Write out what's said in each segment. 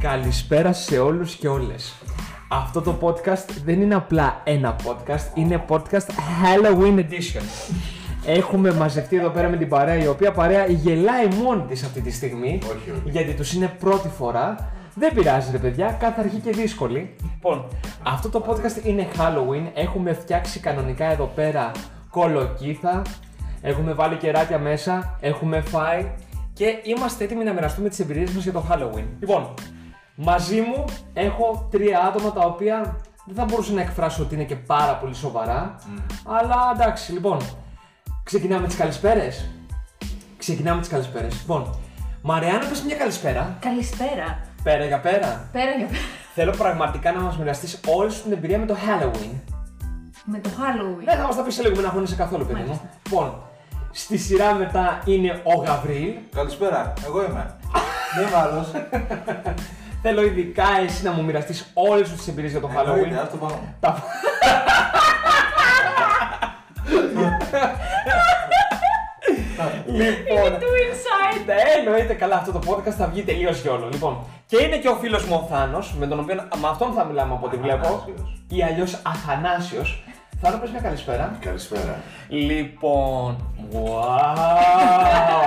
Καλησπέρα σε όλους και όλες. Αυτό το podcast δεν είναι απλά ένα podcast, είναι podcast Halloween Edition. Έχουμε μαζευτεί εδώ πέρα με την παρέα, η οποία παρέα γελάει μόνη της αυτή τη στιγμή, Όχι, όχι. γιατί τους είναι πρώτη φορά. Δεν πειράζει ρε παιδιά, κάθε αρχή και δύσκολη. Λοιπόν, αυτό το podcast είναι Halloween, έχουμε φτιάξει κανονικά εδώ πέρα κολοκύθα, έχουμε βάλει κεράκια μέσα, έχουμε φάει και είμαστε έτοιμοι να μοιραστούμε τις εμπειρίες μας για το Halloween. Λοιπόν, μαζί μου έχω τρία άτομα τα οποία δεν θα μπορούσα να εκφράσω ότι είναι και πάρα πολύ σοβαρά, Mm. αλλά εντάξει, λοιπόν, ξεκινάμε τις καλησπέρες. Ξεκινάμε τις καλησπέρες. Λοιπόν, Μαριάννα, πες μια καλησπέρα. Καλησπέρα. Πέρα για πέρα. Πέρα για πέρα. Θέλω πραγματικά να μας μοιραστείς όλη σου την εμπειρία με το Halloween. Με το Halloween. Δεν θα μας τα πεις σε λίγο, μην αγχώνεσαι καθόλου, παιδί μου. Λοιπόν, στη σειρά μετά είναι ο Γαβρίλ. Καλησπέρα, εγώ είμαι. Δεν είμαι άλλος. Θέλω ειδικά εσύ να μου μοιραστείς όλες σου τις εμπειρίες για το Εννοείται, Halloween. ας το πάμε. Τα- λοιπόν, Του inside. Ναι, εννοείται καλά αυτό το podcast θα βγει τελείως γιόλο. Λοιπόν, και είναι και ο φίλος μου ο Θάνος, με τον οποίο με αυτόν θα μιλάμε από ό,τι βλέπω. Αθανάσιος. Ή αλλιώς Αθανάσιος. Θάνο, πες μια καλησπέρα. Καλησπέρα. Λοιπόν. Wow,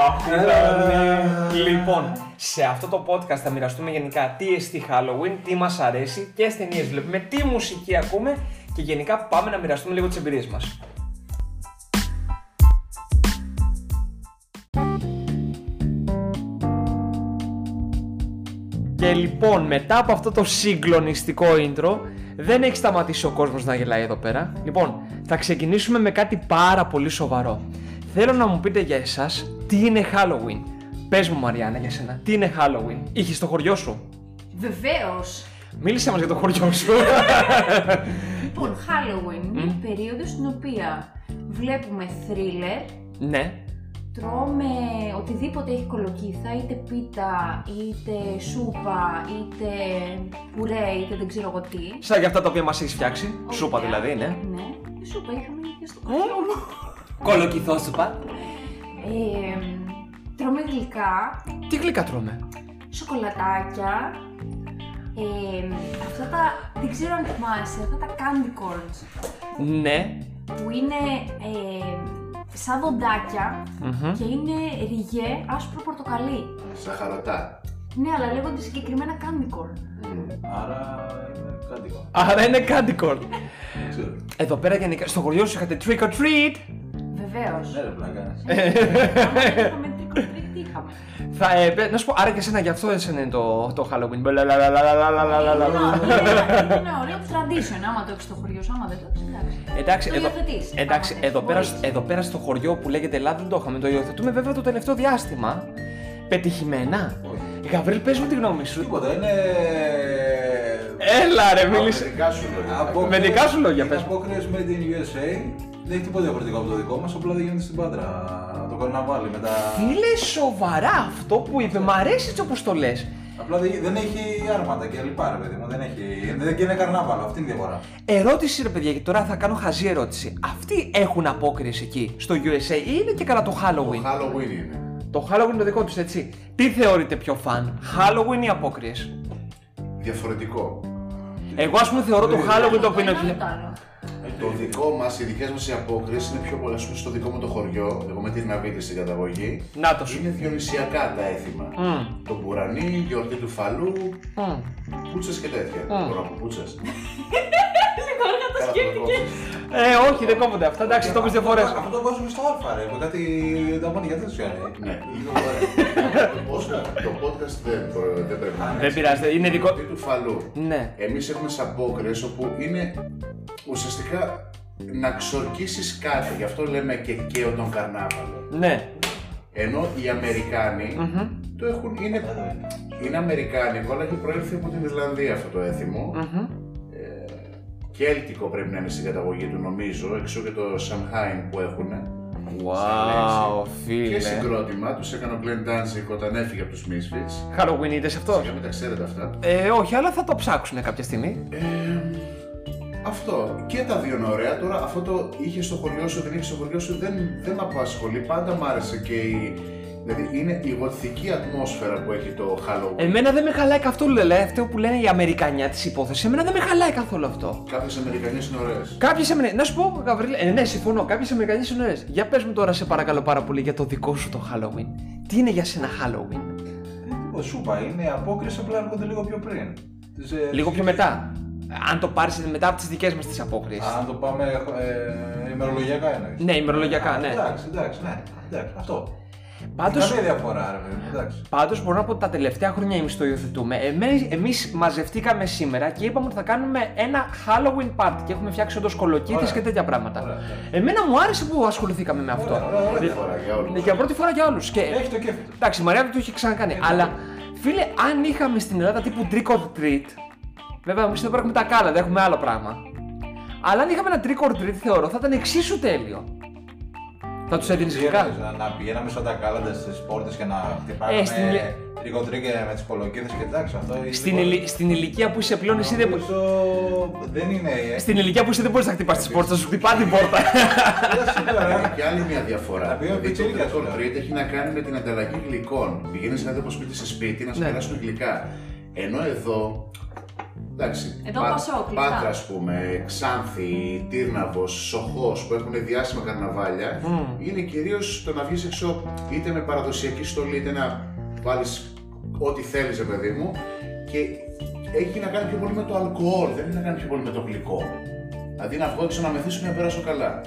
αυτή ήταν. λοιπόν, σε αυτό το podcast θα μοιραστούμε γενικά τι εστί Halloween, τι μας αρέσει, ποιε ταινίε βλέπουμε, τι μουσική ακούμε και γενικά πάμε να μοιραστούμε λίγο τις εμπειρίες μας. Και λοιπόν, μετά από αυτό το συγκλονιστικό intro, δεν έχει σταματήσει ο κόσμος να γελάει εδώ πέρα. Λοιπόν, θα ξεκινήσουμε με κάτι πάρα πολύ σοβαρό. Θέλω να μου πείτε για εσάς τι είναι Halloween. Πες μου Μαριάννα για σένα, τι είναι Halloween. Είχες το χωριό σου. Βεβαίως. Μίλησε μας για το χωριό σου. Λοιπόν, Halloween είναι η περίοδος στην οποία βλέπουμε thriller, ναι. τρώμε οτιδήποτε έχει κολοκύθα, είτε πίτα, είτε σούπα, είτε πουρέ, είτε δεν ξέρω εγώ τι. Σαν για αυτά τα οποία μας έχεις φτιάξει. Σούπα δηλαδή, ναι. Ναι, Η σούπα είχαμε και στο χωριό μου. Κολοκυθό σούπα. Ε, τρώμε γλυκά, Τι γλυκά τρώμε. σοκολατάκια. Ε, αυτά τα, δεν ξέρω αν θυμάσαι, αυτά τα candy corns. Ναι. που είναι ε, σαν δοντάκια Μμμ. και είναι ριγέ άσπρο πορτοκαλί. Σαχαρωτά. Ναι, αλλά λέγονται συγκεκριμένα κάμικορ. Άρα είναι κάτι εγώ. Άρα είναι candy corn. Δεν Ε, ξέρω. Εδώ πέρα γενικά στο χωριό σου είχατε trick or treat. Βεβαίως. Ναι ρε πλάκα. Ε, Είχαμε τρίκο τρίκ, τι είχαμε. Θα, ε, πε- να σου πω, άρα και εσένα γι' αυτό εσένα είναι το, το Halloween. Μπλαλαλαλαλαλαλαλαλα. Είναι ένα- είναι ένα ωραίο tradition. Άμα το έχει στο χωριό σου, άμα δεν το έχει, εντάξει. Εντάξει, Το εδώ, υιοθετείς, εντάξει άμα θες, εδώ, πέρα, μπορείς. εδώ πέρα στο χωριό που λέγεται Ελλάδα δεν το είχαμε. Το υιοθετούμε βέβαια το τελευταίο διάστημα. Πετυχημένα. Όχι. Γαβρίλ, πες μου τη γνώμη σου. Τίποτα, είναι... Έλα ρε, μίλησε. Δικά σου λόγια. απόκριες- με δικά σου λόγια, είναι πες μου. Απόκριες made in USA. Δεν έχει τίποτα διαφορετικό από το δικό μας, απλά δεν γίνεται στην Πάντρα. Το καρναβάλι με τα... Φίλε, σοβαρά αυτό που είπε. Μ' αρέσει έτσι όπως το λες. Απλά δεν δεν έχει άρματα και λοιπά ρε παιδί μου, δεν έχει... Δεν και είναι καρνάβαλο, αυτή είναι η διαφορά. Ερώτηση ρε παιδιά, και τώρα θα κάνω χαζή ερώτηση. Αυτοί έχουν απόκριση εκεί στο USA ή είναι και καλά το Halloween. Το Halloween είναι. Το Halloween είναι το δικό τους, έτσι. Τι θεωρείτε πιο φαν, Halloween ή απόκριες. Διαφορετικό. Εγώ, ας πούμε, θεωρώ το Halloween το Το ένα πίνο. το άλλο. Το δικό μας, οι δικές μας οι απόκριες είναι πιο πολλές. πούμε, στο δικό μου το χωριό, εγώ με την Ναβίτη στην καταγωγή, Να το σου. είναι διονυσιακά τα έθιμα. Μμμ. Το μπουρανί, γιορτή του φαλού, Μμμ. πούτσες και τέτοια. Mm. Μπορώ να πω πούτσες. Λοιπόν, Λίγο το Ε, όχι, δεν κόβονται αυτά. Εντάξει, το πει δύο φορέ. Αυτό το βάζουμε στο αλφα ρε, με κάτι τα μάτια δεν σου κάνει. Ναι, λίγο βαρύ. Το podcast- Το podcast δεν προ- δεν πρέπει να Δεν πειράζει, είναι δικό. Γιορτή του φαλού. Ναι. Εμείς έχουμε σαν απόκριες όπου είναι ουσιαστικά να ξορκίσεις κάτι. Γι' αυτό λέμε και καίω τον καρνάβαλο. Ναι. Ενώ οι αμερικανοι Μμμ. το έχουν, είναι, είναι Αμερικάνικο, αλλά έχει προέλθει από την Ιρλανδία αυτό το έθιμο. Μμμ. Κέλτικο πρέπει να είναι στην καταγωγή του νομίζω, εξού και το Σαμχάιν που έχουν. Wow, Και φίλε. συγκρότημα τους έκανε ο Glenn Danzig όταν έφυγε από τους Misfits. Halloween είδε αυτός. Για μην τα ξέρετε αυτά. Ε, όχι, αλλά θα το ψάξουν κάποια στιγμή. Αυτό. Και τα δύο είναι ωραία. Τώρα αυτό το είχες στο χωριό σου, δεν είχες στο χωριό σου, δεν, δεν με απασχολεί. Πάντα μ' άρεσε και η Δηλαδή είναι η γοτθική ατμόσφαιρα που έχει το Halloween. Εμένα δεν με χαλάει καθόλου, δηλαδή αυτό που λένε οι Αμερικανιά της υπόθεσης. Εμένα δεν με χαλάει καθόλου αυτό. Κάποιες Αμερικανίε είναι ωραίες. Κάποιες Αμερικανιέ. Να σου πω, Γαβρίλα, ε, ναι, συμφωνώ. Κάποιες Αμερικανιές είναι ωραίες. Για πες μου τώρα, σε παρακαλώ πάρα πολύ, για το δικό σου το Halloween. Τι είναι για σένα Halloween, Ε, τίποτα, σούπα είναι απόκριση, απλά έρχονται λίγο πιο πριν. Τις, ε, λίγο πιο μετά. Αν το πάρεις μετά από τις δικές μας τις απόκρισει. Α, Αν το πάμε ε, ημερολογιακά εννοείς. Ναι, ημερολογιακά, Α, ναι. Εντάξει, εντάξει, ναι. Εντάξει, αυτό. Πάντως- Καμία διαφορά, ρε παιδί. Εντάξει. Πάντως μπορώ να πω ότι τα τελευταία χρόνια εμείς το υιοθετούμε. Εμείς μαζευτήκαμε σήμερα και είπαμε ότι θα κάνουμε ένα Halloween party και έχουμε φτιάξει όντως κολοκύθες Ωραία. και τέτοια πράγματα. Ωραία, ωραία. Εμένα μου άρεσε που ασχοληθήκαμε με αυτό. Ε, Ωραία, ωραία, ωραία. Δη- Φορά για όλους. Για πρώτη φορά για όλους. Και... Έχει το κέφι του. Εντάξει, η Μαρία δεν το είχε ξανακάνει. Ε, αλλά φίλε, αν είχαμε στην Ελλάδα τύπου trick or treat. Βέβαια, εμείς εδώ πέρα έχουμε τα κάλα, δεν έχουμε άλλο πράγμα. Αλλά αν είχαμε ένα trick or treat, θεωρώ θα ήταν εξίσου τέλειο. Θα τους έδινες Πήγαινε, φυσικά. Ε, να, να πηγαίναμε σαν τα κάλαντα στι πόρτες και να χτυπάμε Ε, στην Λε- λίγο τρίκε με τις κολοκύθες και εντάξει, αυτό είναι. Στην, τίποτα. ηλι- στην ηλικία που είσαι πλέον, εσύ δεν, Νομίζω δεν είναι. ε. Στην ηλικιά που είσαι δεν μπορείς να χτυπάς τις πόρτες, σου χτυπά την πόρτα. Δεν Υπάρχει σίγουρα. και άλλη μια διαφορά. ε. Τα οποία Δηλαδή το πιτσίρικα τώρα. trick or treat έχει να κάνει με την ανταλλαγή γλυκών. Πηγαίνεις σε από σπίτι σε σπίτι να σε Ναι. περάσουν γλυκά. Ενώ εδώ. Εντάξει. Εδώ Πασόκ, κλειστά. Πάτρα, ας πούμε, Ξάνθη, Τύρναβος, Σοχός που έχουν διάσημα καρναβάλια Mm. Μμμ. είναι κυρίως το να βγεις έξω είτε με παραδοσιακή στολή είτε να βάλεις ό,τι θέλεις, ρε παιδί μου. Και έχει να κάνει πιο πολύ με το αλκοόλ, δεν έχει να κάνει πιο πολύ με το γλυκό. Δηλαδή να βγω έξω να μεθύσω και να περάσω καλά.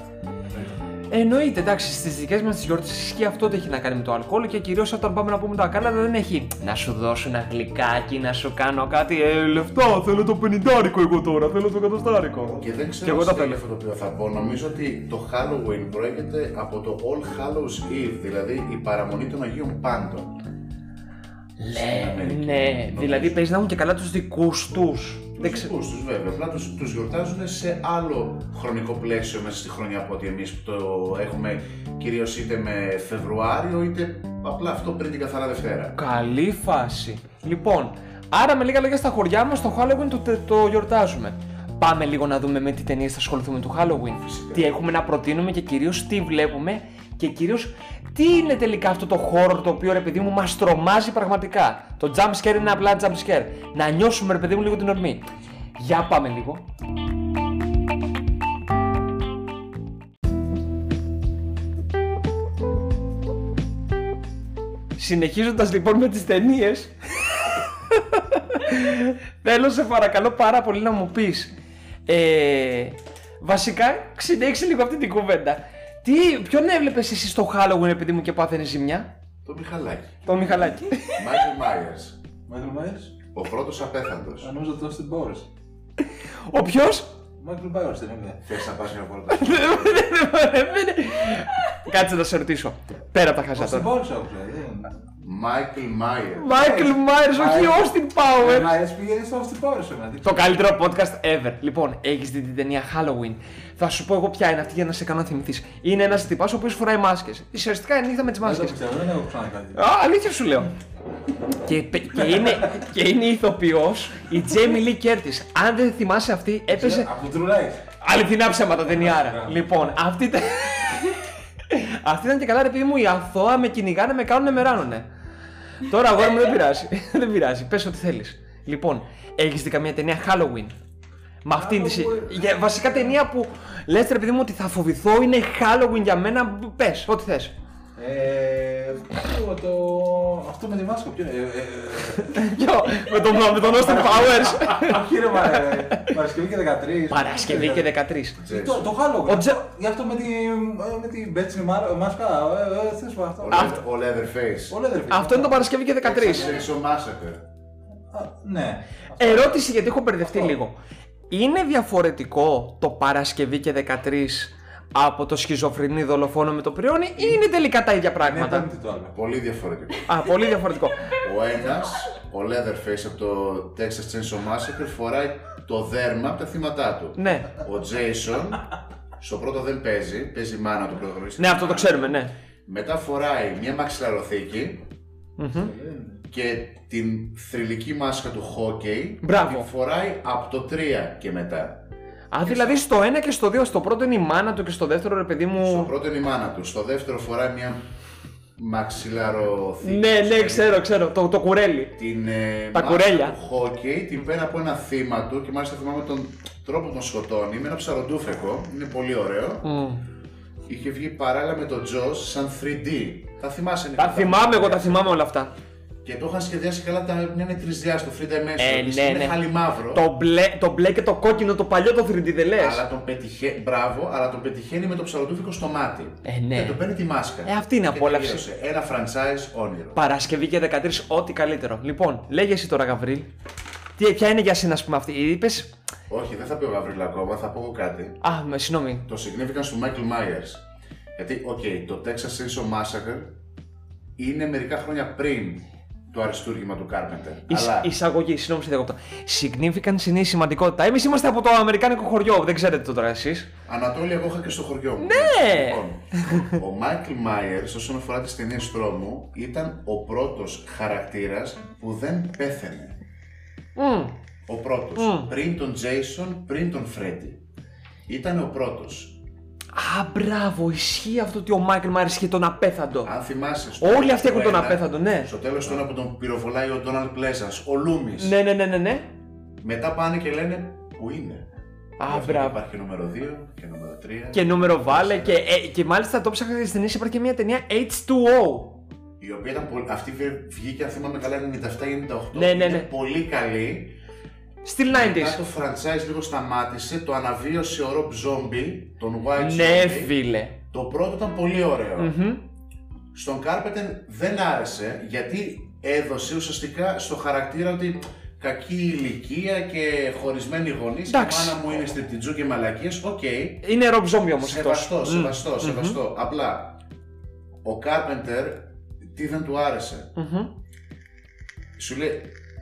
Εννοείται, εντάξει, στις δικές μας τις γιορτές ισχύει αυτό ότι έχει να κάνει με το αλκοόλ και κυρίως όταν πάμε να πούμε τα κάλατα δεν έχει. Να σου δώσω ένα γλυκάκι, να σου κάνω κάτι. Ε, λεφτά, θέλω το πενιντάρικο εγώ τώρα, θέλω το εκατοστάρικο. Και δεν ξέρω Κι εγώ τα τι θέλω. είναι αυτό το οποίο θα πω. Νομίζω ότι το Halloween προέρχεται από το All Hallows Eve, δηλαδή η παραμονή των Αγίων Πάντων. Στην Λε, Αμερική, ναι, νομίζω. δηλαδή παίζει να έχουν και καλά τους δικούς τους. Δεν Τους ξέρω. δικούς τους βέβαια, απλά τους, τους γιορτάζουν σε άλλο χρονικό πλαίσιο μέσα στη χρονιά από ότι εμείς που το έχουμε κυρίως είτε με Φεβρουάριο είτε απλά αυτό πριν την καθαρά Δευτέρα. Καλή φάση. Λοιπόν, άρα με λίγα λόγια στα χωριά μας το Halloween το, τε- το γιορτάζουμε. Πάμε λίγο να δούμε με τι ταινίες θα ασχοληθούμε του Halloween. Φυσικά. Τι έχουμε να προτείνουμε και κυρίως τι βλέπουμε και κυρίως τι είναι τελικά αυτό το χώρο το οποίο ρε παιδί μου μας τρομάζει πραγματικά. Το jump scare είναι απλά jump scare. Να νιώσουμε ρε παιδί μου λίγο την ορμή. Για πάμε λίγο. Συνεχίζοντας λοιπόν με τις ταινίες. θέλω σε παρακαλώ πάρα πολύ να μου πεις ε, Βασικά συνέχισε λίγο αυτή την κουβέντα Τι, Ποιον έβλεπες εσύ στο Halloween επειδή μου και πάθαινε ζημιά Το Μιχαλάκι, Το Μιχαλάκη Μάικλ Μάιερς, Μάικλ Μάιρ, ο πρώτος απέθαντος. αν νομίζω ότι στην Bowers. Ο ποιος Μάικλ Μπάιρ δεν είναι. Θες να πας μια βόλτα. Κάτσε να σε ρωτήσω Πέρα από τα χαζά Στην τώρα Bowers άκουσα. δεν είναι. Μάικλ Μάιερ. Μάικλ Myers, όχι Austin Powers Μάιρ πήγαινε στο Austin Powers. εμένα, Το καλύτερο podcast ever. Λοιπόν, έχεις δει την ταινία Halloween. Θα σου πω εγώ ποια είναι αυτή για να σε κάνω να θυμηθείς. Είναι ένας τυπάς ο οποίος φοράει μάσκες. Ουσιαστικά είναι η νύχτα με τις Δεν το μάσκες. πιστεύω, δεν έχω ξανά κάτι. Α, αλήθεια σου λέω. και, πε- και, είναι, και είναι ηθοποιός η Τζέιμι Λί Κέρτη. Αν δεν θυμάσαι αυτή, έπαιζε. Από True Lies. Αληθινά ψέματα ταινιάρα. Μπράβο. λοιπόν, αυτή, ήταν- αυτή ήταν και καλά ρε παιδί μου η αθώα με κυνηγάνε, με κάνουνε, με ράνουνε. Τώρα αγόρι μου δεν πειράζει. δεν πειράζει. Πες ό,τι θέλεις. Λοιπόν, έχεις δει καμία ταινία Halloween. Με αυτήν τη. Halloween. για- Βασικά ταινία που λες ρε παιδί μου ότι θα φοβηθώ είναι Halloween για μένα. Πες, ό,τι θες. Ε, ποιο το... Αυτό με τη μάσκα, ποιο είναι. ε, ε, Ποιο, με τον, με τον Austin Powers. Όχι ρε, μα, ε, Παρασκευή και 13. Παρασκευή και 13. Τζες. Το, το Halloween. Ο Τζε- Γι' αυτό με τη, με τη μπέτσινη μα- μάσκα. Ε, ε, θες πω αυτό. Ο Αυτό- Leather- Ο Leatherface. Όλα δεν Αυτό είναι το Παρασκευή και 13. Εξαρτήσω Massacre. Α, Ναι. Ερώτηση γιατί έχω μπερδευτεί λίγο. Είναι διαφορετικό το Παρασκευή και 13 από το σχιζοφρενή δολοφόνο με το πριόνι ή είναι τελικά τα ίδια Είναι πράγματα. πέμπτη το άλλο. Πολύ διαφορετικό. Α, πολύ διαφορετικό. Ο ένας, ο Leatherface από το Texas Chainsaw Massacre, φοράει το δέρμα από τα θύματά του. ναι. Ο Jason, στο πρώτο δεν παίζει, παίζει η μάνα του πρωταγωνιστή. Ναι, αυτό το ξέρουμε, ναι. Μετά φοράει μια μαξιλαροθήκη Μμμ. και την θρηλυκή μάσκα του χόκεϊ Μπράβο. την φοράει από το 3 και μετά. Α, δηλαδή στο ένα και στο δύο, στο πρώτο είναι η μάνα του και στο δεύτερο ρε παιδί Στο μου. πρώτο είναι η μάνα του, στο δεύτερο φοράει μια μαξιλάρο Ναι, θήκη, ναι, ξέρω, ξέρω. Το, το κουρέλι. Την, ε, Τα μάχη κουρέλια. του Χόκι, την πέρα από ένα θύμα του και μάλιστα θυμάμαι τον τρόπο που τον σκοτώνει με ένα ψαροντούφεκο. Είναι πολύ ωραίο. Είχε βγει παράλληλα με τον Τζος σαν 3D. Τα θυμάσαι, Τα Νικόλα. θυμάμαι εγώ, τα θυμάμαι όλα αυτά. Και το είχαν σχεδιάσει καλά τα μια είναι τρισδιάστο, 3D Ε, μέσα. ναι, είναι ναι. χάλι μαύρο. Το μπλε, το μπλε και το κόκκινο, το παλιό το 3D δεν λες. Αλλά τον πετυχαίνει, μπράβο, αλλά τον πετυχαίνει με το ψαροτούφικο στο μάτι. Ε, ναι. Και του παίρνει τη μάσκα. Ε, αυτή είναι Και απόλαυση. τελείωσε. Ένα franchise όνειρο. Παρασκευή και 13, ό,τι καλύτερο. Λοιπόν, λέγε εσύ τώρα, Γαβρίλ. Τι, ποια είναι για σένα, ας πούμε, αυτή. Είπες. Όχι, δεν θα πει ο Γαβρίλα ακόμα, θα πω εγώ κάτι. Α, με, συγγνώμη. Το significance του Michael Myers. Γιατί, οκ, το Texas Chainsaw Massacre είναι μερικά χρόνια πριν το αριστούργημα του Carpenter. Εισ- αλλά Εισαγωγή, συγγνώμη, σε διακόπτω. Significance είναι η σημαντικότητα. Εμείς είμαστε από το Αμερικάνικο χωριό, δεν ξέρετε το τώρα εσείς. Ανατόλια εγώ είχα και στο χωριό μου. Ναι! Λοιπόν, ο Michael Myers όσον αφορά τις ταινίες τρόμου ήταν ο πρώτος χαρακτήρας που δεν πέθαινε. Ο πρώτος. Πριν τον Jason, πριν τον Freddy. Ήταν ο πρώτος. Α, μπράβο, ισχύει αυτό ότι ο Μάικλ Μάρι είχε τον απέθαντο. Αν θυμάσαι. στο Όλοι τέλος αυτοί έχουν του τον ένα, απέθαντο, ναι. Στο τέλος του ένα που τον πυροβολάει ο Donald Pleasance, ο Λούμι. Ναι, ναι, ναι, ναι, ναι. Μετά πάνε και λένε που είναι. Γι' Α, αυτό μπράβο. Υπάρχει νούμερο 2 και νούμερο 3. Και νούμερο βάλε και, ε, και μάλιστα το ψάχα στις ταινίες υπάρχει και μια ταινία H2O. Η οποία ήταν πολύ... Αυτή βγε- βγήκε, αν θυμάμαι καλά, 97-98. Ναι, ναι, Είναι ναι. πολύ καλή. Still Μετά 90s. Ναι, το franchise λίγο σταμάτησε, το αναβίωσε ο Rob Zombie, τον White Ναι, Zombie. φίλε. Το πρώτο ήταν πολύ ωραίο. Μμμ. Στον Carpenter δεν άρεσε, γιατί έδωσε ουσιαστικά στο χαρακτήρα ότι κακή ηλικία και χωρισμένοι γονείς, η Εντάξει. μάνα μου είναι στριπτιτζού και μαλακίες, οκ. Είναι Rob Zombie όμως αυτός. Σεβαστό, Μμ. σεβαστό, σεβαστό. Απλά, ο Carpenter τι δεν του άρεσε. Μμμ. σου λέει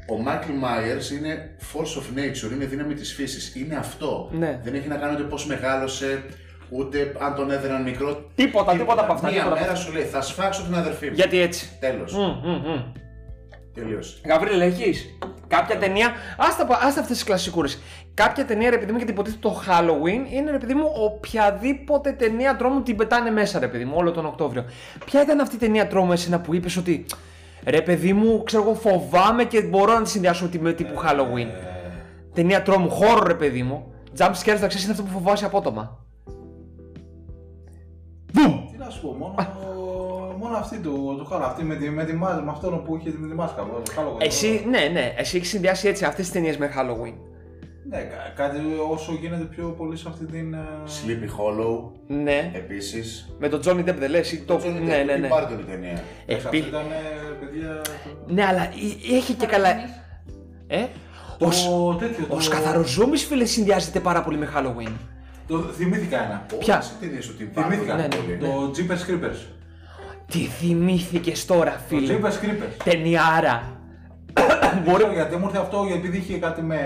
ο Μάικλ Myers είναι force of nature, είναι δύναμη της φύσης, είναι αυτό. Ναι. Δεν έχει να κάνει ούτε πώς μεγάλωσε, ούτε αν τον έδαιναν μικρό. Τίποτα, τίποτα από αυτά. Μία τίποτα από μέρα αυτά. σου λέει θα σφάξω την αδερφή μου. Γιατί έτσι. Τέλος. Μμμ, μμμ, μμμ. Τελείωσε. Γαβρίλα, έχεις κάποια ταινία. Άστα, πα- άστα αυτές τις κλασικούρες. Κάποια ταινία, ρε παιδί μου, γιατί υποτίθεται το Halloween είναι, ρε παιδί μου, οποιαδήποτε ταινία τρόμου την πετάνε μέσα, ρε παιδί μου, όλο τον Οκτώβριο. Ποια ήταν αυτή η ταινία τρόμου, εσένα που είπες ότι. Ρε παιδί μου, ξέρω εγώ, φοβάμαι και μπορώ να τη συνδυάσω ότι με Ε, τύπου Halloween. Ταινία τρόμου, χώρο, ρε παιδί μου. Jump scares, θα ξέρει, είναι αυτό που φοβάσαι απότομα. Τι να σου πω, μόνο, μόνο αυτή του, του χάλα, αυτή με τη, με τη μάσκα, με αυτόν που είχε με τη μάσκα. το χάλο- Εσύ, ναι, ναι, εσύ έχεις συνδυάσει έτσι αυτές τις ταινίες με Halloween. Ναι, κα- κάτι όσο γίνεται πιο πολύ σε αυτή την... ε, Sleepy Hollow, Ναι. επίσης. Με τον Johnny Depp δεν λες, ή το. Ε, Johnny Depp, Ναι, ναι, την ναι. Barton η ταινία. Ε, Εντάξει, πι- αυτή ήταν, ε, παιδιά... το- Ναι, αλλά ε- έχει και καλά. Ε, ο, σ- Το τέτοιο, ο το- σκαθαροζόμπης, φίλε συνδυάζεται πάρα πολύ με Halloween. Το θυμήθηκα ένα. Ποια? Όλες οι ταινίες του την Θυμήθηκα. ναι, Barton. ναι. Το Jeepers Creepers. Τι θυμήθηκες τώρα, Το φίλε. Jeepers Creepers. Ταινιάρα. Μπορεί γιατί μου ήρθε αυτό, επειδή είχε κάτι με...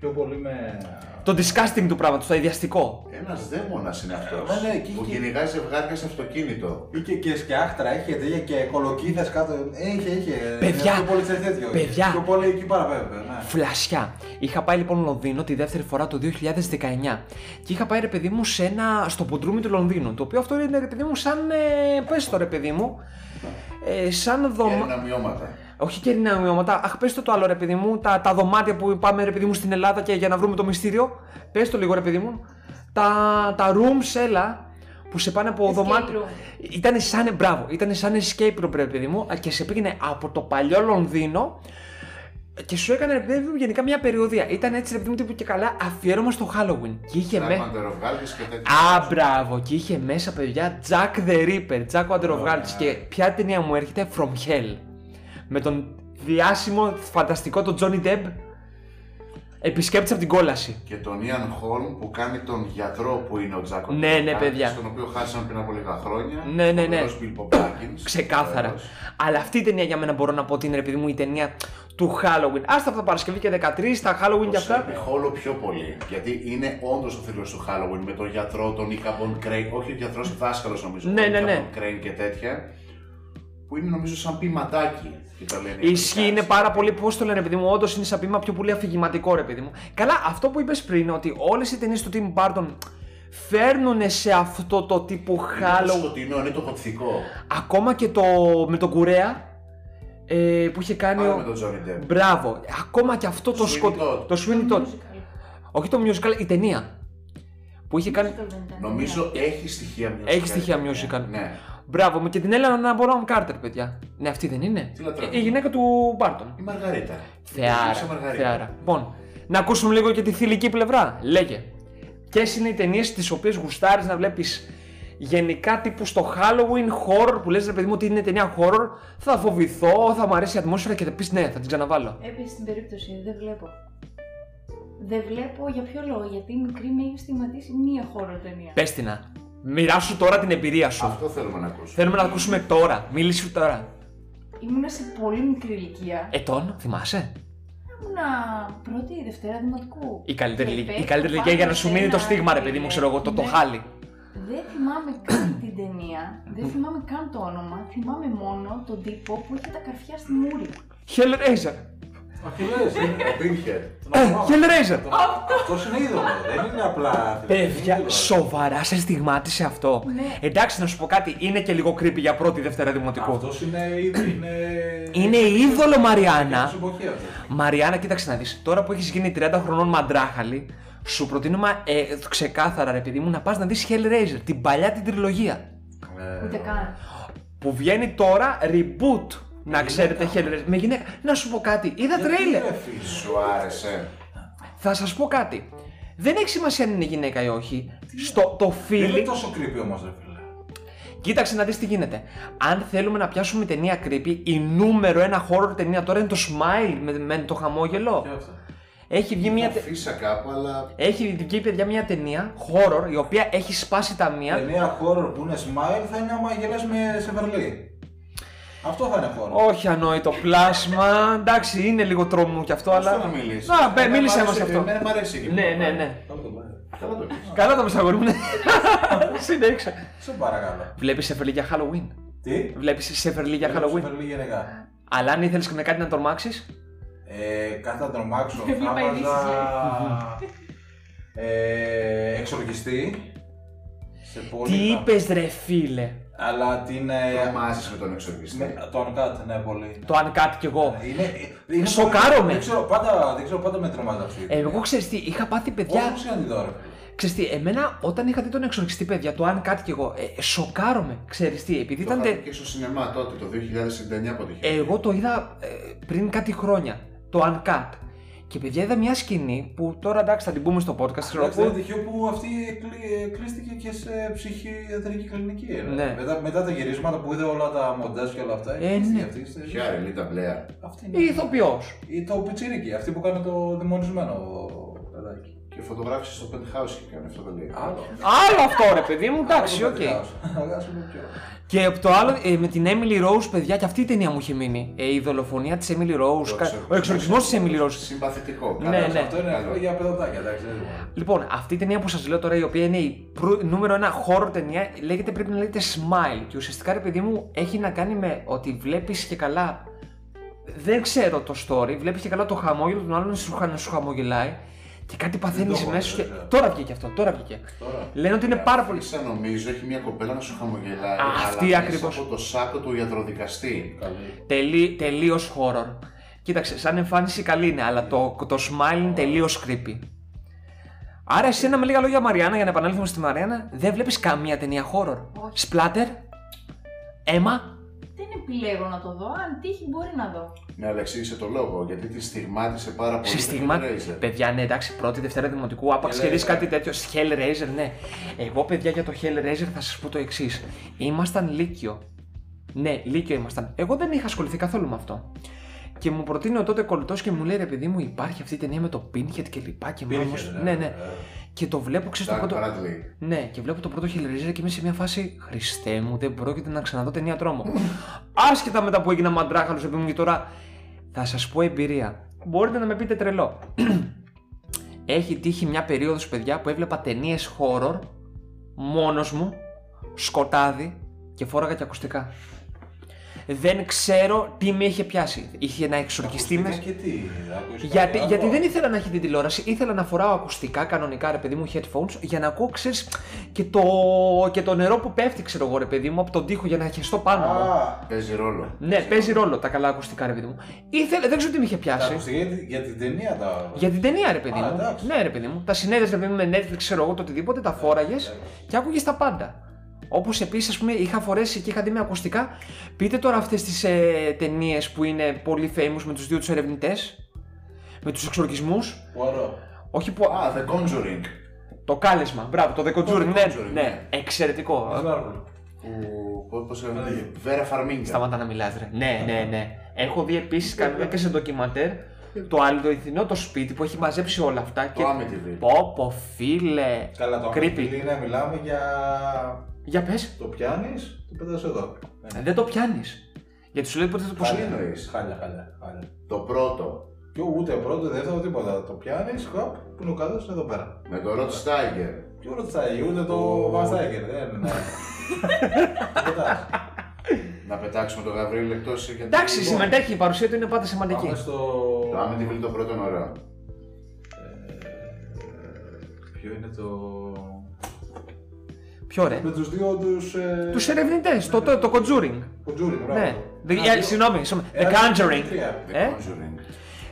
πιο πολύ με... Το disgusting του πράγματος, το αειδιαστικό. Ένας δαίμονας είναι αυτός, Ε, ναι, εκεί- που εκεί. κυνηγάει ζευγάρια σε αυτοκίνητο. Είχε και σκιάχτρα, είχε τέτοια και κολοκύθες κάτω. Είχε, είχε. Παιδιά, Πιο πολύ σε τέτοιο. παιδιά. Πιο πολύ εκεί παραπέμπε. Ναι. Φλασιά. Είχα πάει λοιπόν Λονδίνο τη δεύτερη φορά το 2019 και είχα πάει ρε παιδί μου σε ένα, στο ποντρούμι του Λονδίνου. Το οποίο αυτό είναι ρε παιδί μου σαν. Ε, πες το ρε παιδί μου. Ε, σαν Και δωμα... ένα μειώματα. Όχι καιρινά ομοιώματα. Αχ, πες το, το άλλο ρε παιδί μου. Τα, τα δωμάτια που πάμε ρε παιδί μου στην Ελλάδα και για να βρούμε το μυστήριο. Πες το λίγο ρε παιδί μου. Τα, τα rooms, έλα. Που σε πάνε από Escape δωμάτιο. room. Ήταν σαν. Μπράβο, ήταν σαν escape room, ρε παιδί μου. α, Και σε πήγαινε από το παλιό Λονδίνο και σου έκανε ρε παιδί μου γενικά μια περιοδία. Ήταν έτσι ρε παιδί μου τύπου και καλά αφιέρωμα στο Halloween. Και είχε με. Ταγμαντεροβγάλτης και τέτοια. Α, μπράβο! Και είχε μέσα παιδιά Jack the Ripper, Jack ο Αντεροβγάλτης και ποια ταινία μου έρχεται From Hell με τον διάσημο φανταστικό τον Johnny Depp επισκέπτης από την κόλαση. και τον Ιαν Χόλμ που κάνει τον γιατρό που είναι ο Τζάκο. Ναι, ναι, παιδιά. Στον οποίο χάσαμε πριν από λίγα χρόνια. Ναι, ναι, ναι. Ο Bill Poppins. Ξεκάθαρα. Αλλά αυτή η ταινία για μένα μπορώ να πω ότι είναι επειδή μου η ταινία του Halloween. Άστα από τα Παρασκευή και 13, τα Halloween και αυτά. Χόλο πιο πολύ. Γιατί είναι όντως ο θρύλο του Halloween με τον γιατρό, τον Icabon Crane. Όχι ο γιατρός, ο δάσκαλος νομίζω. Ναι, τον ναι, ναι. Ichabod Crane και τέτοια. Που είναι νομίζω σαν ποιηματάκι. και τα λένε οι Ισχύει, είναι Αμερικάνοι. πάρα πολύ. Πώς το λένε, ρε παιδί μου, όντως είναι σαν πείμα πιο πολύ αφηγηματικό, ρε παιδί μου. Καλά, αυτό που είπες πριν, ότι όλες οι ταινίες του Tim Burton φέρνουν σε αυτό το τύπου Είναι το Halloween. σκοτεινό, είναι το κοτσικό. Ακόμα και το με τον Κουρέα ε, που είχε κάνει. Άλλο ο- με τον Τζόνι Ντεπ. Μπράβο. Ακόμα και αυτό το Sweeney σκοτεινό. Todd. Το Sweeney Todd. Όχι το musical, η ταινία. Που είχε κάνει. Νομίζω έχει στοιχεία musical. Έχει στοιχεία musical. Ναι. Μπράβο, με και την Έλενα Μποράμ Κάρτερ, παιδιά. Ναι, αυτή δεν είναι. Τι λατρεύω. Η γυναίκα του Μπάρτον. Η Μαργαρίτα. Θεάρα. Η Μαργαρίτα. Θεάρα. Λοιπόν, να ακούσουμε λίγο και τη θηλυκή πλευρά. Λέγε. Ποιες είναι οι ταινίες τις οποίες γουστάρεις να βλέπεις γενικά τύπου στο Halloween horror που λες ρε παιδί μου ότι είναι ταινία horror, θα φοβηθώ, θα μου αρέσει η ατμόσφαιρα και θα πεις ναι, θα την ξαναβάλω. Έπεσε στην περίπτωση, δεν βλέπω. Δεν βλέπω για ποιο λόγο, γιατί η μικρή με έχει στιγματίσει μία χώρο ταινία. Πες την να. Μοιράσου τώρα την εμπειρία σου. Αυτό θέλουμε να ακούσουμε. Θέλουμε να ακούσουμε τώρα. Μίλησε τώρα. Ήμουνα σε πολύ μικρή ηλικία. Ετών, θυμάσαι. Ήμουνα πρώτη ή δευτέρα δημοτικού. Η καλύτερη, Και ηλικία- η πέφτω καλύτερη ηλικία πάνω για να σε σου μείνει ένα- το στίγμα, ρε παιδί μου, ξέρω εγώ, το, το Ναι. χάλι. Δεν θυμάμαι καν την ταινία, δεν θυμάμαι καν το όνομα, θυμάμαι μόνο τον τύπο που είχε τα καρφιά στη μούρη. Hellraiser. Αχιλές, Ο Pinhead. Ε, Hellraiser. Αυτός είναι είδωλος, δεν είναι απλά. Παιδιά, σοβαρά σε στιγμάτισε αυτό. Ναι. Εντάξει, να σου πω κάτι, είναι και λίγο creepy για πρώτη Δευτέρα Δημοτικού. Αυτός είναι είδο. Είναι, Είναι είδωλο, Μαριάννα. Σου πω, χαίρετε. Μαριάννα, κοίταξε να δεις. Τώρα που έχεις γίνει 30 χρονών μαντράχαλη, σου προτείνουμε ε, ξεκάθαρα, ρε παιδί μου, να πας να δεις Hellraiser, την παλιά την τριλογία. Ε, Ούτε καν. Που βγαίνει τώρα reboot. Να ξέρετε, Hellraiser. Με γυναίκα. Να σου πω κάτι, είδα τρέιλερ. ρε, φίλε. Σου άρεσε. Θα σας πω κάτι. Δεν έχει σημασία αν είναι γυναίκα ή όχι. Στο, το Δεν feeling. είναι τόσο creepy όμως, ρε φίλε. Κοίταξε να δεις τι γίνεται. Αν θέλουμε να πιάσουμε ταινία creepy, η νούμερο ένα horror ταινία τώρα είναι το smile με, με το χαμόγελο. Και αυτό. Έχει βγει μια. Μια τε- φύσα κάπου, αλλά. Έχει βγει παιδιά μια ταινία horror η οποία έχει σπάσει τα μία. Ταινία horror που είναι smile θα είναι άμα γελάς με σεβερλί. Αυτό θα είναι horror. Όχι ανόητο πλάσμα. Εντάξει, είναι λίγο τρόμο κι αυτό, Αλλά αλλά. να μιλήσεις. Να, μπε, μίλησέ μας αυτό. Εμένα μ' αρέσει εκεί. Ναι, ναι, ναι. Καλό το πάει. Καλά το πεις. Καλά τα μεσαγόρι μου. ναι. Συνέχισε. Σε παρακαλώ. Βλέπεις Σεφερλί για Halloween. Τι? Βλέπεις Σεφερλί για Halloween. Σεβερλί γενικά. Αλλά αν ήθελες με κάτι να τορμάξει. Ε, κάτι να τρομάξω. Δεν Θα βλέπα ειδήσεις, βάζα... ε, εξοργιστή. Σε πολύ... Τι θα- είπες, ρε φίλε. Αλλά την... ε, Τρομάζεις με τον εξοργιστή. με- Το uncut, ναι, πολύ. Το αν κάτι κι εγώ. Είναι, είναι- Σοκάρομαι. Δεν ξέρω, πάντα, δεν ξέρω, πάντα με τρομάζει αυτή. Ε, Εγώ ξέρεις τι, είχα πάθει παιδιά. Όπως και αν τη δω, ρε φίλε. Ξέρεις τι, εμένα όταν είχα δει τον εξοργιστή παιδιά, το αν κάτι κι εγώ, ε, σοκάρομαι. Ξέρεις τι, επειδή Το ήταν. είχα δει τε- και στο σινεμά τότε, το 2009 από ό,τι είχε. Εγώ το είδα ε, πριν κάτι χρόνια. Το Uncut. Και παιδιά είδα μια σκηνή που τώρα εντάξει θα την πούμε στο podcast. Ξέρω, Εντάξει, είναι που... τυχαίο που αυτή κλει- ε, κλείστηκε και σε ψυχιατρική κλινική. ρε. Ναι. Μετά, μετά τα γυρίσματα που είδε όλα τα μοντάζ και όλα αυτά. Ε, κλείστηκε ναι. Αυτή, σε- Ποια Ρενίτα Μπλέα. αυτή Ή είναι. ηθοποιός. Ή το πιτσίρικι, αυτή που κάνει το δαιμονισμένο παιδάκι. Και φωτογράφησε στο penthouse και κάνει αυτό το λέει. Άλλο. Άλλο αυτό ρε παιδί μου, εντάξει, οκ. Άλλο το πετάω. Ας πούμε ποιο. Και από το άλλο, ε, με την Emily Rose, παιδιά, και αυτή η ταινία μου είχε μείνει. Ε, η δολοφονία της Emily Rose. κα- Ο εξοργισμό της Emily Rose. Συμπαθητικό. Ναι, Καλά, ναι. Αυτό είναι καλό. αυτό για παιδατάκια, εντάξει. δεν είναι. Λοιπόν, αυτή η ταινία που σας λέω τώρα, η οποία είναι η πρω- νούμερο ένα horror ταινία, λέγεται, πρέπει να λέγεται Smile. Και ουσιαστικά, ρε παιδί μου, έχει να κάνει με ότι βλέπεις και καλά. Δεν ξέρω το story, βλέπεις και καλά το χαμόγελο του άλλου σου, χα- να σου χαμογελάει και κάτι παθαίνεις το έχω μέσα σου. Και... δει, Ε, βέβαια. Τώρα βγήκε αυτό, τώρα βγήκε. Τώρα. Λένε ότι είναι πάρα πολύ. Σαν νομίζω έχει μια κοπέλα να σου χαμογελάει. Α, αλλά αυτή μέσα ακριβώς. Από το σάκο του ιατροδικαστή. Καλή. Τελεί, τελείως horror. Κοίταξε, σαν εμφάνιση καλή είναι, αλλά το, το smile είναι τελείως creepy. Άρα, εσένα με λίγα λόγια, Μαριάννα, για να επανέλθουμε στη Μαριάννα, δεν βλέπεις καμία ταινία horror. Όχι. Splatter, αίμα, Δεν επιλέγω να το δω, αν τύχει μπορεί να δω. Ναι, αλλά εξήγησε το λόγο. Γιατί τη στιγμάτισε πάρα πολύ. σε το στιγμά. Hellraiser. Παιδιά, ναι, εντάξει, πρώτη, δευτέρα δημοτικού, άπαξ και Hellraiser. δει κάτι τέτοιο. Hellraiser, ναι. Εγώ, παιδιά, για το Hellraiser θα σας πω το εξής. Ήμασταν Λύκειο. Ναι, Λύκειο ήμασταν. Εγώ δεν είχα ασχοληθεί καθόλου με αυτό. Και μου προτείνει ο τότε κολλητός και μου λέει ρε παιδί μου, υπάρχει αυτή η ταινία με το Pinhead και λοιπά. Και μου όμως- Pinhead, Ναι, ναι. ναι. Και το βλέπω, ξέρεις το Doug πρώτο. Bradley. Ναι, και βλέπω το πρώτο Hellraiser και είμαι σε μια φάση Χριστέ μου, δεν πρόκειται να ξαναδώ ταινία τρόμο. Άσχετα μετά που έγινα μαντράχαλος επειδή μου και τώρα θα σας πω εμπειρία. Μπορείτε να με πείτε τρελό. Έχει τύχει μια περίοδος παιδιά που έβλεπα ταινίες horror μόνος μου, σκοτάδι και φόραγα και ακουστικά. δεν ξέρω τι με είχε πιάσει. Είχε να εξορκιστεί Ακουστικά μέσα. Και τι, ακούστηκα Γιατί, και γιατί άλλο. δεν ήθελα να έχει την τηλεόραση, ήθελα να φοράω ακουστικά κανονικά ρε παιδί μου headphones για να ακούω ξέρεις και το, και το νερό που πέφτει ξέρω εγώ ρε παιδί μου από τον τοίχο για να χεστώ πάνω μου. Α, Παίζει ρόλο. Ναι, παίζει ρόλο τα καλά ακουστικά ρε παιδί μου. Ήθελα, δεν ξέρω τι με είχε τα πιάσει. ακουστικά για τη- για την ταινία τα. Για την ταινία, ρε παιδί Α, μου. εντάξει. Ναι, Ναι, ρε παιδί μου. Τα συνέδεσαι ρε παιδί μου με Netflix, ξέρω εγώ, το οτιδήποτε, τα φόραγε και άκουγες τα πάντα. Όπως επίσης, ας πούμε, είχα φορέσει και είχα δει με ακουστικά. Πείτε τώρα αυτές τις ε, ταινίες που είναι πολύ famous με τους δύο τους ερευνητές, με τους εξοργισμούς. Ωραίο. Όχι που. Α, The Conjuring. Το κάλεσμα. Μπράβο, το The Conjuring. Το The Ναι, Conjuring, ναι. ναι. Εξαιρετικό. Ζάρβουλ. Που. Πώς λέγεται. Βέρα Φαρμίνγκα. Σταμάτα να μιλάς, ρε. Ναι, ναι, ναι. Έχω δει επίσης κάποιε ντοκιμαντέρ. Το άλλο, το ηθινό, το σπίτι που έχει μαζέψει όλα αυτά. Το Amityville. Πω, πω, φίλε. Καλά, το Creepy. Creepy. είναι, μιλάμε για. Για πες. Το πιάνεις, το πετάς εδώ. Ναι. Δεν το πιάνεις. Γιατί σου λέει ποτέ το Πώ ποσό. εννοείς. Χάλια, χάλια, χάλια. Το πρώτο. Και ούτε πρώτο, δεύτερο, τίποτα. Το πιάνεις, χαπ, που είναι ο κάτω, είναι εδώ πέρα. Με το Ροτ Στάγκερ. Και ούτε τσάι, ούτε το βαστάκερ, δεν είναι. ναι. Το πετάς. Να πετάξουμε το Γαβρίλ εκτός και. Εντάξει, συμμετέχει η παρουσία του είναι πάντα σημαντική. Πάμε στο. Ε, Το Amityville το πρώτο είναι ωραίο. Ποιο είναι το. Ποιο ρε. Με τους δύο ε- τους. Του ερευνητές, το, το, το Conjuring. Ο Τζούρι, μπράβο. Ναι. The- Ένα, ε, δύο. Συγγνώμη, συγγνώμη. The Ένα, δύο, Conjuring. τρία. The Ε? Conjuring.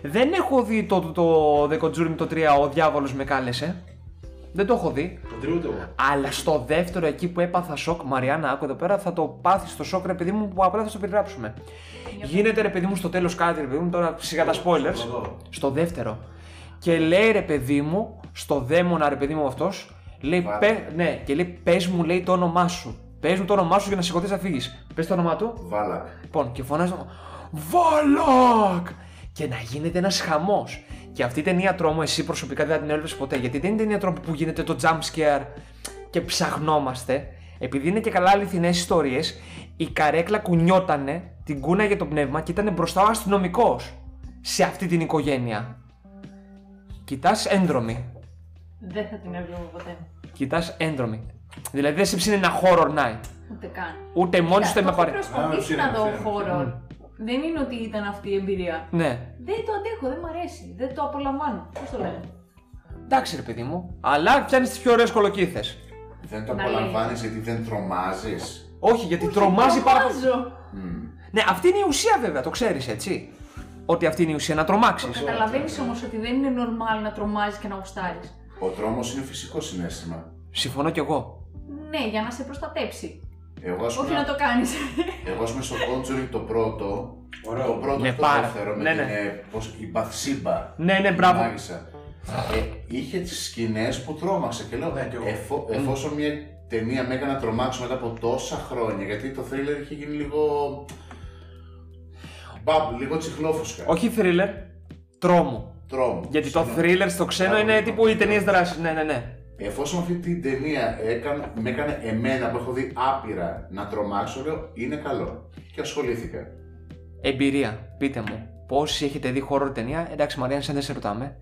Δεν έχω δει το, το, το The Conjuring το 3, ο διάβολος με κάλεσε. Δεν το έχω δει. Το τρίτο εγώ. Αλλά στο δεύτερο, εκεί που έπαθα σοκ, Μαριάννα, άκου εδώ πέρα, θα το πάθεις το σοκ, ρε παιδί μου, που απλά θα το περιγράψουμε. Γίνεται ρε παιδί μου στο τέλος κάτι, ρε παιδί μου, τώρα σιγά τα spoilers. Εδώ. Στο δεύτερο. Και λέει ρε παιδί μου, στο δαίμονα ρε παιδί μου αυτός, λέει, Βάρα. πε, ναι, και λέει, πες μου λέει το όνομά σου. Πες μου το όνομά σου για να σηκωθείς να φύγεις. Πες το όνομά του. Βάλακ. Λοιπόν, και φωνάζει Βόλοκ! Και να γίνεται ένας χαμός. Και αυτή η ταινία τρόμου, εσύ προσωπικά δεν θα την έλειπε ποτέ. Γιατί δεν είναι ταινία τρόμου που γίνεται το jump scare και ψαχνόμαστε. Επειδή είναι και καλά αληθινές ιστορίες, η καρέκλα κουνιότανε, την κούναγε το πνεύμα και ήταν μπροστά ο αστυνομικός σε αυτή την οικογένεια. Κοιτάς ένδρομη. Δεν θα την έβλεπα ποτέ. Κοιτάς ένδρομη. Δηλαδή δεν σε ψήνει ένα horror night. Ούτε καν. Ούτε μόνο Κοίτα, ούτε με το παρέ. Ναι, έχω προσπαθήσει Να, να δω ψήνω, χώρο. Δεν είναι ότι ήταν αυτή η εμπειρία. Ναι. Δεν το αντέχω, δεν μ' αρέσει. Δεν το απολαμβάνω. Πώς το λένε. Εντάξει ρε παιδί μου, αλλά πιάνει τις πιο ωραίες κολοκύθες. Δεν το Να απολαμβάνεις γιατί δεν τρομάζεις. Όχι, γιατί τρομάζει πάρα πολύ. πολύ. Ναι, αυτή είναι η ουσία βέβαια, το ξέρεις έτσι. Ότι αυτή είναι η ουσία, να τρομάξεις. Καταλαβαίνεις όμως ότι δεν είναι normal να τρομάζεις και να γουστάρεις. Ο τρόμο είναι φυσικό συνέστημα. Συμφωνώ κι εγώ. Ναι, για να σε προστατέψει. Εγώ ας Ναι. Όχι να το κάνεις. Εγώ ας πούμε στο Conjuring το πρώτο. Ωραίο. Το πρώτο Ναι, αυτό πάρα. δεύτερο με Ναι, την. ναι. ε, Πώς, η Μπαθσίμπα. Ναι, ναι, η μπράβο. μάγισσα. Ε, είχε τις σκηνές που τρόμαξε και λέω. Ναι, κι εγώ. εφο- εφόσον μια ταινία με έκανε να τρομάξω μετά από τόσα χρόνια, γιατί το thriller είχε γίνει λίγο. Μπαμ, λίγο τσιχλόφουσκα. Όχι thriller, τρόμου. Τρόμο. Γιατί το Συγγνώμη. thriller στο ξένο είναι τύπου οι ταινίες δράσης. Ναι, ναι, ναι. Εφόσον αυτή την ταινία έκανε, με έκανε εμένα που έχω δει άπειρα να τρομάξω, λέω είναι καλό. Και ασχολήθηκα. Εμπειρία, πείτε μου. Πόσοι έχετε δει horror ταινία, εντάξει Μαρία, σαν δεν σε ρωτάμε.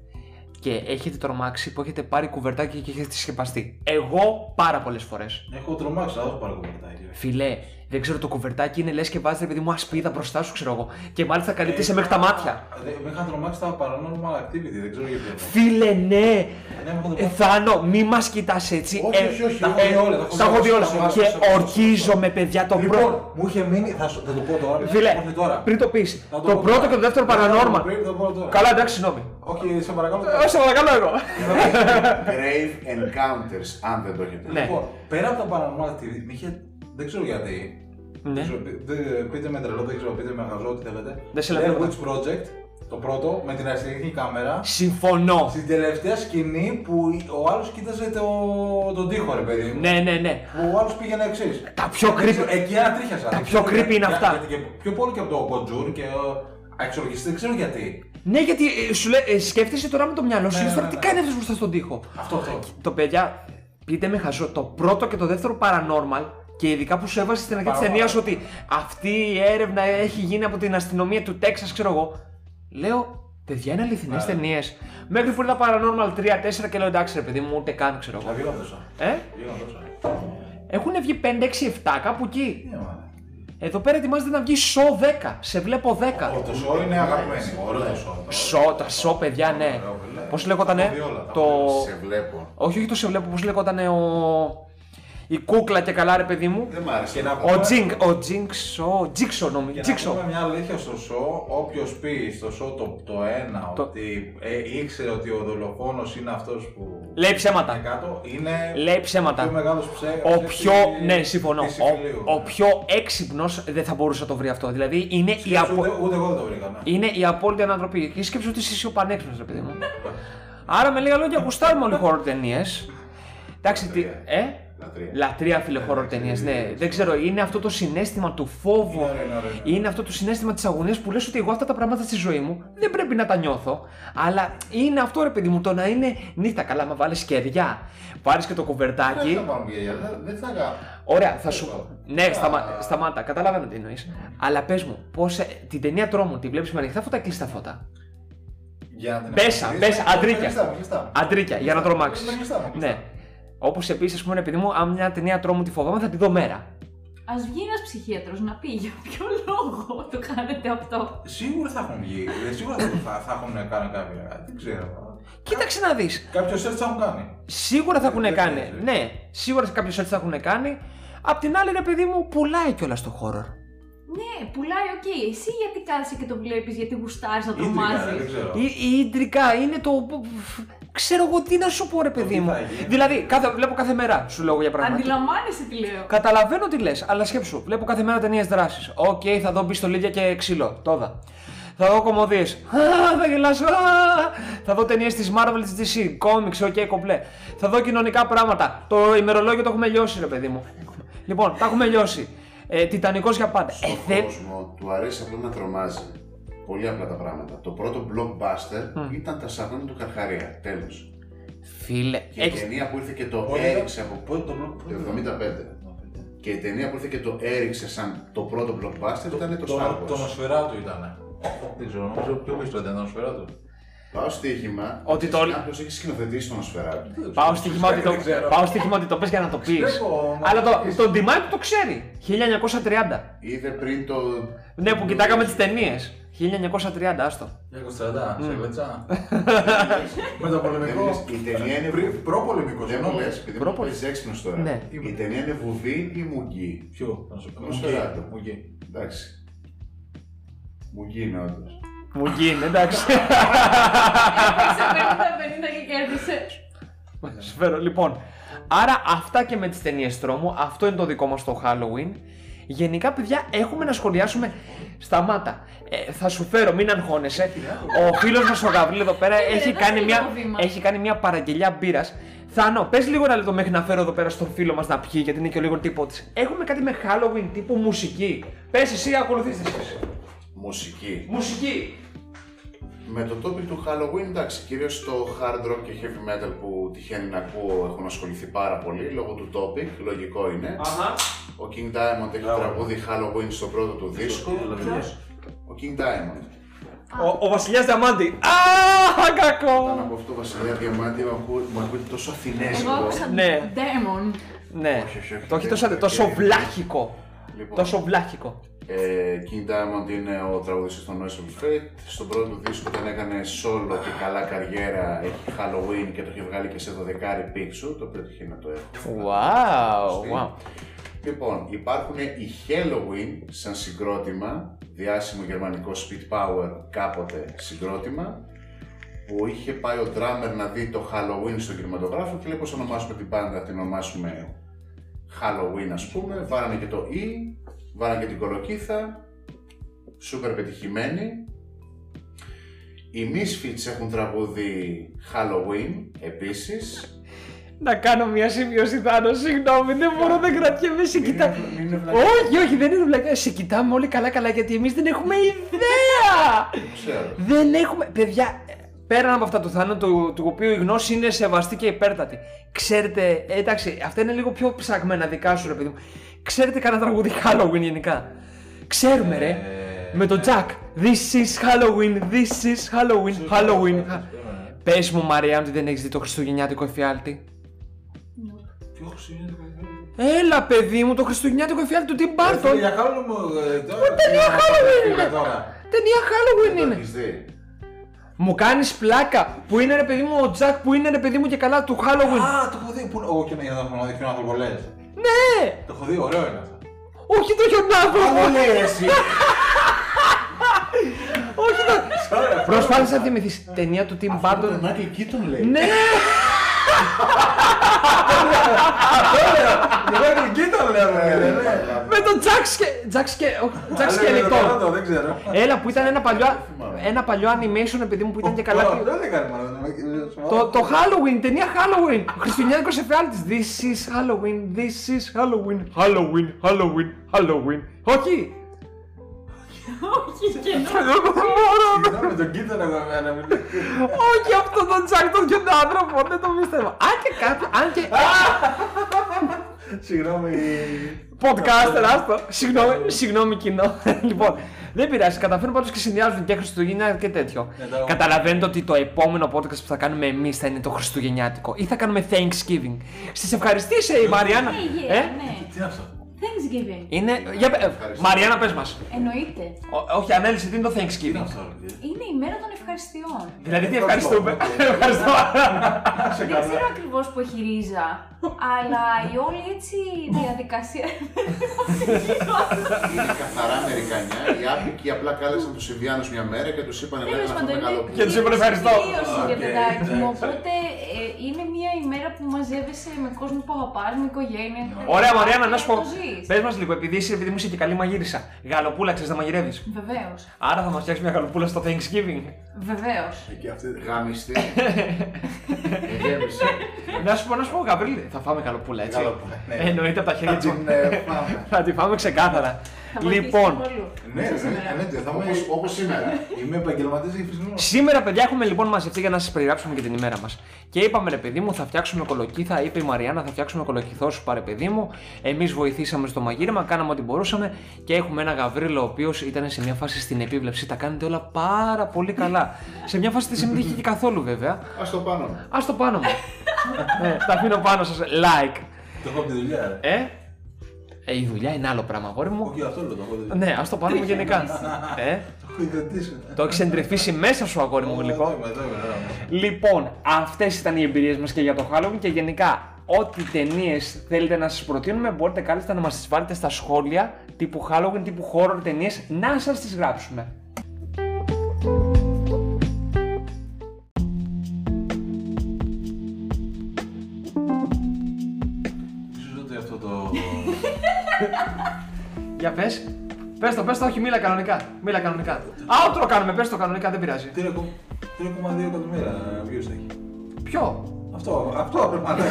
Και έχετε τρομάξει που έχετε πάρει κουβερτάκι και έχετε σκεπαστεί. Εγώ πάρα πολλές φορές. Έχω τρομάξει, αλλά έχω πάρει κομμεντάκι. Φιλέ, δεν ξέρω, το κουβερτάκι είναι λες και βάζεις ρε παιδί μου ασπίδα μπροστά σου, ξέρω εγώ. Και μάλιστα καλύπτεσαι μέχρι τα μάτια. Ε, Δε- Με είχαν τρομάξει τα paranormal activity, δεν ξέρω γιατί. Φίλε, ναι! Ναι, έχω Ε, τρομάξει. Θάνο, μη μας κοιτάς έτσι. Όχι, όχι, όχι, τα- τα έχω δει όλα, τα έχω τα δει έχω δει όλα, όλα. τα έχω Και δει όλα, τα έχω δει όλα. ορκίζομαι, παιδιά, το πρώτο. Λοιπόν, μου είχε μείνει, θα, σου- θα το πω τώρα. Φίλε, όχι τώρα. πριν το πεις, Θα το πω πρώτο τώρα. και το δεύτερο Ναι, θα το πω παρανόρμα. πριν, θα το πω τώρα. Καλά, εντάξει, συγγνώμη. Όχι, σε παρακαλώ. Ε, Σε παρακαλώ εγώ. Grave Encounters, αν δεν το έχετε. Ναι. Λοιπόν, πέρα από τα paranormal activity, με είχε. Δεν ξέρω γιατί. Δεν Ναι. ξέρω, πι- δε- Πείτε με τρελό, δεν ξέρω, πείτε με χαζό, ό,τι θέλετε. Δεν σε Blair λέμε τίποτα. Witch Project, το πρώτο, με την αριστερή κάμερα. Συμφωνώ. Στην τελευταία σκηνή που ο άλλος κοίταζε το, τον τοίχο, ρε παιδί μου. Ναι, ναι, ναι. Που ο άλλος πήγαινε εξής. Τα πιο creepy- Εκεί ανατρίχιασα. Τα Δεν πιο ξέρω γιατί- creepy είναι για- αυτά. γιατί και πιο πολύ και από το Κοντζούρ και ε, αξιολογιστή, δεν ξέρω γιατί. Ναι, γιατί ε, σου λέει, ε, σκέφτεσαι τώρα με το μυαλό σου, Ναι, λες τώρα ναι, τι ναι. κάνει αυτός μπροστά στον τοίχο. Αυτό, αυτό. Το παιδιά, πείτε με χαζό, το πρώτο και το δεύτερο paranormal και ειδικά που σου έβαζε στην αρχή τη Paranormal. ταινία ότι αυτή η έρευνα έχει γίνει από την αστυνομία του Τέξας, ξέρω εγώ. Λέω, παιδιά είναι αληθινές Ναι. ταινίες. Μέχρι που είδα Paranormal 3-4 και λέω εντάξει ρε παιδί μου, ούτε καν ξέρω Τα εγώ. δύο δώσα. Ε, Δύο δώσα. έχουν βγει 5-6-7 κάπου εκεί. Ναι, μα. Εδώ πέρα ετοιμάζεται να βγει σο 10. Σε βλέπω 10. Το σοου είναι αγαπημένο. Ωραίο το σοου. Σο, τα σο, παιδιά, ναι. Ωραίο, παιδιά. Πώ λέγονταν, Τα έχω δει όλα, τα το. έχω Σε βλέπω. Όχι, όχι το σε βλέπω, πώς λέγονταν ο. Η κούκλα και καλά, ρε παιδί μου. Δεν μ' άρεσε. Και να Ο Τζινγκ, ο Τζινγκ, ο Τζίξο νομίζω. Και Τζίξο. να πούμε μια αλήθεια στο σο, όποιος πει στο σο το, το ένα Το- ότι ε, ήξερε ότι ο δολοφόνος είναι αυτός που... Λέει ψέματα. είναι Κάτω, είναι Λέει ο ψέματα. πιο μεγάλος ψέ, Ο ψεύτης πιο, ναι, συμφωνώ. της Ιφιλίου. Ο, ο πιο έξυπνος δεν θα μπορούσε να το βρει αυτό. Δηλαδή είναι η, Σκέψου, απο- ούτε, ούτε εγώ δεν το βρήκα. ναι. είναι η απόλυτη ανατροπή. Και σκέψου ότι είσαι εσύ ο πανέξυπνος, ρε παιδί μου. Άρα με λίγα λόγια γουστάρουμε όλοι χώρο ταινίες. Εντάξει, τι. Ε? Λατρεία. Λατρεία, φίλε, χώρο Ναι, δεν ξέρω, είναι αυτό το συνέστημα του φόβου. Είναι, είναι, είναι, είναι. Είναι αυτό το συνέστημα της αγωνίας που λες ότι εγώ αυτά τα πράγματα στη ζωή μου δεν πρέπει να τα νιώθω. Αλλά είναι αυτό, ρε παιδί μου, το να είναι νύχτα. Καλά, μα βάλεις κεριά. Πάρεις και το Δεν κουβερτάκι. θα πάμε για δεν- δεν θα κάνω. Ωραία, θα σου πω. Ναι, σταμα... σταμάτα, καταλαβαίνω τι εννοείς. Αλλά πες μου, πώς την ταινία τρόμου τη βλέπεις με ανοιχτά φώτα ή κλειστά φώτα. Για να την Μπέσα, απαντήσεις, μπέσα, αντρίκια. κλειστά, κλειστά. Αντρίκια, για να τρομάξει. Είναι κλειστά, είναι κλειστά. Ναι. Όπως επίσης, ας πούμε, ρε παιδί μου, αν μια ταινία τρόμου τη φοβάμαι, θα τη δω μέρα. Ας βγει ένας ψυχίατρος να πει για ποιο λόγο το κάνετε αυτό. Σίγουρα θα έχουν βγει. ε, Σίγουρα θα, θα, θα έχουν κάνει κάποια. Δεν ξέρω. Κοίταξε να δεις. Κάποιος έτσι θα έχουν κάνει. Σίγουρα θα έχουν Δεν κάνει. παίζει. Ναι, σίγουρα κάποιος έτσι θα έχουν κάνει. Απ' την άλλη, ρε παιδί μου, πουλάει κιόλας το horror. Ναι, πουλάει, οκ. Εσύ γιατί κάθεσαι και το βλέπεις, γιατί γουστάρεις να Ήτρικα, δεν τρομάζει. ξέρω. Η, η ιντρικά είναι το. Ξέρω εγώ τι να σου πω, ρε παιδί τι μου. θα γίνει. Δηλαδή, κάθε, βλέπω κάθε μέρα σου λέω για πράγματα. Αντιλαμβάνεσαι τι λέω. Καταλαβαίνω τι λες, αλλά σκέψου. Βλέπω κάθε μέρα ταινίες δράσης. Οκ, θα δω μπιστολίδια και ξύλο. Τόδα. Θα δω κομμωδίες. Θα γελάσω. Α, Θα δω ταινίες της Marvel, της DC. Κόμιξ, οκ, κομπλέ. Θα δω κοινωνικά πράγματα. Το ημερολόγιο το έχουμε λιώσει, ρε παιδί μου. Λοιπόν, τα έχουμε λιώσει. Ε, Τιτανικός για πάντα. Ε, Στον δεν- κόσμο του αρέσει απλά να τρομάζει. Πολύ απλά τα πράγματα. Το πρώτο blockbuster ήταν τα σαγόνια του Καρχαρία. Τέλος. Φίλε, Και η έχεις. ταινία που ήρθε και το Όλοι τα- έριξε από Πότε Ε, το βλέπω, πότε Το το 75. Και η ταινία που ήρθε και το έριξε σαν το πρώτο blockbuster ήταν το Το, Star Wars. το νοσφαιράτου ήταν. Δεν ξέρω, νομίζω πιο πίσω ήταν το νοσφαιράτου. Πάω στοίχημα Ότι το- κάποιος έχει σκηνοθετήσει τον Σφαιράκη. Πάω στοίχημα ότι το, Δεν ξέρω. πάω στοίχημα ότι το πες για να το πεις. Ξέρω, μα Αλλά το, πεις. τον Ντιμάι του το ξέρει. 1930. Είδε πριν το. Ναι, που κοιτάγαμε τις ταινίες. 1930, άστο. 240, σε γλετσά. Με το πολεμικό. Η ταινία είναι. Πριν- Προπολεμικό, Δεν μου λε, συγγνώμη. επειδή μου Πρόπολη. λες έξυπνος τώρα. Ναι. Η ταινία είναι βουβή ή μουγγί. Ποιο, να σου πω. Νοσφαιράτου. Μου εκεί. Εντάξει. Μουγγί είναι όντως. Μου γίνει, εντάξει. Έπαιξε 50-50 και κέρδισε. Σφαίρο, λοιπόν. Άρα αυτά και με τις ταινίες τρόμου, αυτό είναι το δικό μας το Halloween. Γενικά, παιδιά, έχουμε να σχολιάσουμε. Σταμάτα. Ε, θα σου φέρω, μην αγχώνεσαι. Ο φίλος μας ο Γαβρίλ εδώ πέρα Φίλε, έχει δώσε κάνει, λίγο μια, βήμα. έχει κάνει μια παραγγελιά μπύρας. Θάνο, πες λίγο ένα λεπτό μέχρι να φέρω εδώ πέρα στον φίλο μας να πιει, γιατί είναι και ο λίγο τύπο της. Έχουμε κάτι με Halloween τύπου μουσική. Πες εσύ, ακολουθήστε εσείς. Μουσική. Μουσική. Με το topic του Halloween, εντάξει, κυρίως το hard rock και heavy metal που τυχαίνει να ακούω έχουν ασχοληθεί πάρα πολύ λόγω του topic. Λογικό είναι. Αχα. Ο King Diamond έχει Μπράβο. τραγούδι Halloween στο πρώτο του δίσκο. Ποιος? Ο King Diamond. Ο, ο Βασιλιάς Διαμάντη. Α, Όταν κακό! από αυτό Βασιλιά Διαμάντη μου ακούει- μου ακούει τόσο Εγώ αθηνέζικο. άκουσα Ναι. Demon. Ναι. Όχι, όχι, Ε, όχι. Το έχει Δεν τόσο, είναι τόσο περίεργο. βλάχικο. Λοιπόν, Τόσο βλάχικο. ε, King Diamond είναι ο τραγουδιστής των Noise of Fate. Στον πρώτο του δίσκο όταν έκανε solo και καλά καριέρα έχει Halloween και το έχει βγάλει και σε 12 πίξου, το οποίο τυχαίνει να το έχω. Wow, wow. Λοιπόν, υπάρχουν οι Halloween σαν συγκρότημα, διάσημο γερμανικό Speed Power κάποτε συγκρότημα, που είχε πάει ο drummer να δει το Halloween στον κινηματογράφο και λέει πώς ονομάσουμε την πάντα, την ονομάσουμε Halloween ας πούμε, βάρανε και το E, βάρανε και την κολοκύθα, σούπερ πετυχημένη. Οι Misfits έχουν τραγούδι Halloween επίσης, Να κάνω μια σημείωση, Θάνος. Συγγνώμη, δεν μπορώ, δεν κρατιέμαι. Σε κοιτά. Όχι, όχι, δεν είναι βλακά. Σε κοιτάμε όλοι καλά-καλά γιατί εμείς δεν έχουμε ιδέα. ξέρω. Δεν έχουμε. Παιδιά, ε, πέραν από αυτά του Θάνο, του, του οποίου η γνώση είναι σεβαστή και υπέρτατη. Ξέρετε, ε, εντάξει, αυτά είναι λίγο πιο ψαγμένα δικά σου, ρε παιδί μου. Ξέρετε κανένα τραγούδι Halloween γενικά. Ξέρουμε, ρε. Ε, με τον Jack. This is Halloween, this is Halloween, Halloween. Πες μου, Μαρία, ότι δεν έχεις δει το χριστουγεννιάτικο εφιάλτη. Ποιο είναι το παιδί. Έλα, παιδί μου, το χριστουγεννιάτικο εφιάλτη του Tim Burton. Για Halloween μου. ε, τώρα- Ταινία Halloween είναι. Πήγα τώρα. Ταινία Halloween Το είναι. έχεις δει. Μου κάνεις πλάκα που είναι ρε παιδί μου ο Τζακ που είναι ρε παιδί μου και καλά του Halloween. Α, το έχω δει. Πού είναι. Όχι, είναι για να τον δείχνει άνθρωπο, λες. Ναι! Το έχω δει, ωραίο είναι αυτό. Όχι το χιονάδο! εσύ. Όχι το. Ωραία. Προσπάθησα να θυμηθείς ταινία του Tim Αυτό Burton. τον Μάικλ Κίτον λέει. Ναι! Εγώ κοίτα, λέω. ρε, ρε, ρε. Με τον Τζακ Σκε. Τζακ Σκε. όχι, Τζακ Αλλά είναι Σκελετό. το, Δεν ξέρω. Έλα που ήταν ένα παλιό, θυμάμαι. ένα παλιό animation επειδή μου που ήταν και Τώρα, καλά. Δεν έκανε μάλλον. Το, το Halloween, ταινία Halloween. Χριστουγεννιάτικος εφιάλτη. This is Halloween, this is Halloween. Halloween, Halloween, Halloween. Όχι! Όχι, και Δεν μπορώ, Κοίτα, με τον κοίτα, εγώ εμένα. μην- Όχι αυτό τον Τζακ τον τον άνθρωπο, δεν το πίστευα. Αν και κάποιο, αν και. Συγγνώμη. Podcaster, άστο. Συγγνώμη, συγγνώμη κοινό. λοιπόν, δεν πειράζει, καταφέρνουν πάντως και συνδυάζουν και Χριστουγέννια και τέτοιο. Ναι, τα- Καταλαβαίνετε ότι το επόμενο podcast που θα κάνουμε εμείς θα είναι το Χριστουγεννιάτικο ή θα κάνουμε Thanksgiving. Στι ευχαριστήσει, η Μαριάννα. Ναι, γε, Ε, ναι. Τι είναι αυτό. Thanksgiving. Είναι. Για... πε- ε, Ευχαριστώ. Μαριάννα, πες μας. Εννοείται. Όχι, ανέλησε, τι είναι το Τι είναι Thanksgiving. αυτό, ρε, τι. Είναι η μέρα των ευχαριστειών. Δηλαδή, τι ευχαριστούμε. Ευχαριστώ. Σε Δεν καλά. ξέρω ακριβώς που έχει ρίζα, αλλά η όλη έτσι διαδικασία. Είναι καθαρά Αμερικανιά. Οι άπικοι απλά κάλεσαν τους Ινδιάνους μια μέρα και τους είπαν να Τέλο αυτό πάντων, είναι καλό Και τους είπαν ευχαριστώ. Τελείωσε για Οκ, παιδάκι μου. εντάξει. Οπότε ε, είναι μια ημέρα που μαζεύεσαι με κόσμο που αγαπάς, με οικογένεια. με Ωραία, παιδιά, Μαριάννα, να σου πω. Ε, το ζεις. Πες μας λίγο, επειδή είσαι, επειδή μου είσαι και καλή μαγείρισα. Γαλοπούλα, ξέρεις να μαγειρεύεις. Βεβαίως. Άρα θα μας φτιάξεις μια γαλοπούλα στο Thanksgiving. Βεβαίως. Και αυτή- Γάμιστη. Γέμισε. να σου πω, να σου πω, Γαβρίλη, θα φάμε γαλοπούλα, έτσι. Γαλοπούλα, ναι. Εννοείται από τα χέρια Θα του. την, ε, πάμε. θα τη φάμε ξεκάθαρα. λοιπόν, Ναι, ρε, ναι, θα μου Όπως- Όπως σήμερα. Είμαι επαγγελματίας για φυσικό. σήμερα παιδιά έχουμε λοιπόν μαζευτεί για να σας περιγράψουμε και την ημέρα μας. Και είπαμε ρε παιδί μου, θα φτιάξουμε κολοκύθα. Είπε η Μαριάννα, θα φτιάξουμε κολοκυθό σου παρε παιδί μου. Εμείς βοηθήσαμε στο μαγείρεμα, κάναμε ό,τι μπορούσαμε και έχουμε ένα Γαβρίλο ο οποίος ήταν σε μια φάση στην επίβλεψη. Τα κάνετε όλα πάρα πολύ καλά. σε μια φάση δεν συμμετείχε και καθόλου βέβαια. Ας το πάνω μου. Ας το πάνω μου. ναι, τα αφήνω πάνω σας. Like. Το έχω από τη δουλειά, ρε. Ε, ε, η δουλειά είναι άλλο πράγμα, αγόρι μου. Όχι, αυτό λέω, το έχω δει. Ναι, ας το πάρουμε γενικά. ε, Το έχω ε. ιδρυτήσει. το έχεις εντρεφήσει μέσα σου, αγόρι μου, γλυκό. Λοιπόν, αυτές ήταν οι εμπειρίες μας και για το Halloween και γενικά. Ό,τι ταινίες θέλετε να σας προτείνουμε, μπορείτε κάλλιστα να μας τις βάλετε στα σχόλια τύπου Halloween, τύπου horror ταινίες, να σας τις γράψουμε. Ίσως ότι αυτό το. Για πες. Πες το, πες το, όχι, μίλα κανονικά. Μίλα κανονικά. Outro κάνουμε, πες το κανονικά, δεν πειράζει. 3,2 εκατομμύρια ε, views έχει. Ποιο, Αυτό, αυτό πρέπει να λέω.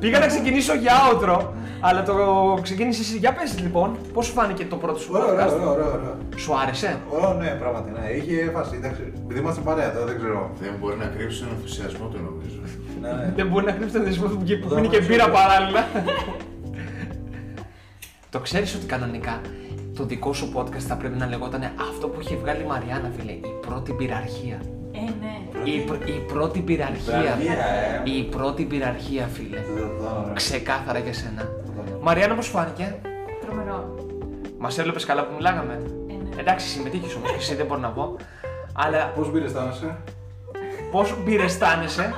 Πήγα να ξεκινήσω για outro, αλλά το ξεκίνησε εσύ. Για πες λοιπόν, πώς σου φάνηκε το πρώτο σου Ωραίο, ωραίο, podcast. ωραίο, ωραίο, ωραίο. Σου άρεσε. Ωραίο, ναι, πράγματι. Ναι. Είχε φάση. εντάξει, Επειδή είμαστε παρέα τώρα, δεν ξέρω. Δεν μπορεί να κρύψεις τον ενθουσιασμό του νομίζω. Ναι, ναι. Δεν μπορεί να κρύψει τον δεσμό του που Το πίνει και άκουσα. μπύρα παράλληλα. το ξέρεις ότι κανονικά το δικό σου podcast θα πρέπει να λεγόταν αυτό που είχε βγάλει η Μαριάννα, φίλε. Η πρώτη πειραρχία. Ε, ναι. Η, πρω- η πρώτη πειραρχία. Πειραρχία, ε. η πρώτη πειραρχία, φίλε. Δεν θα ήταν, ρε. Ξεκάθαρα για σένα. Ήταν. Μαριάννα, πώς σου φάνηκε. Τρομερό. Μας έβλεπε καλά που μιλάγαμε. Ε, ναι. Εντάξει, συμμετείχες όμως και εσύ, δεν μπορώ να πω. Αλλά Πώς πήρες τα μέσα. πώ μπειρεστάνεσαι.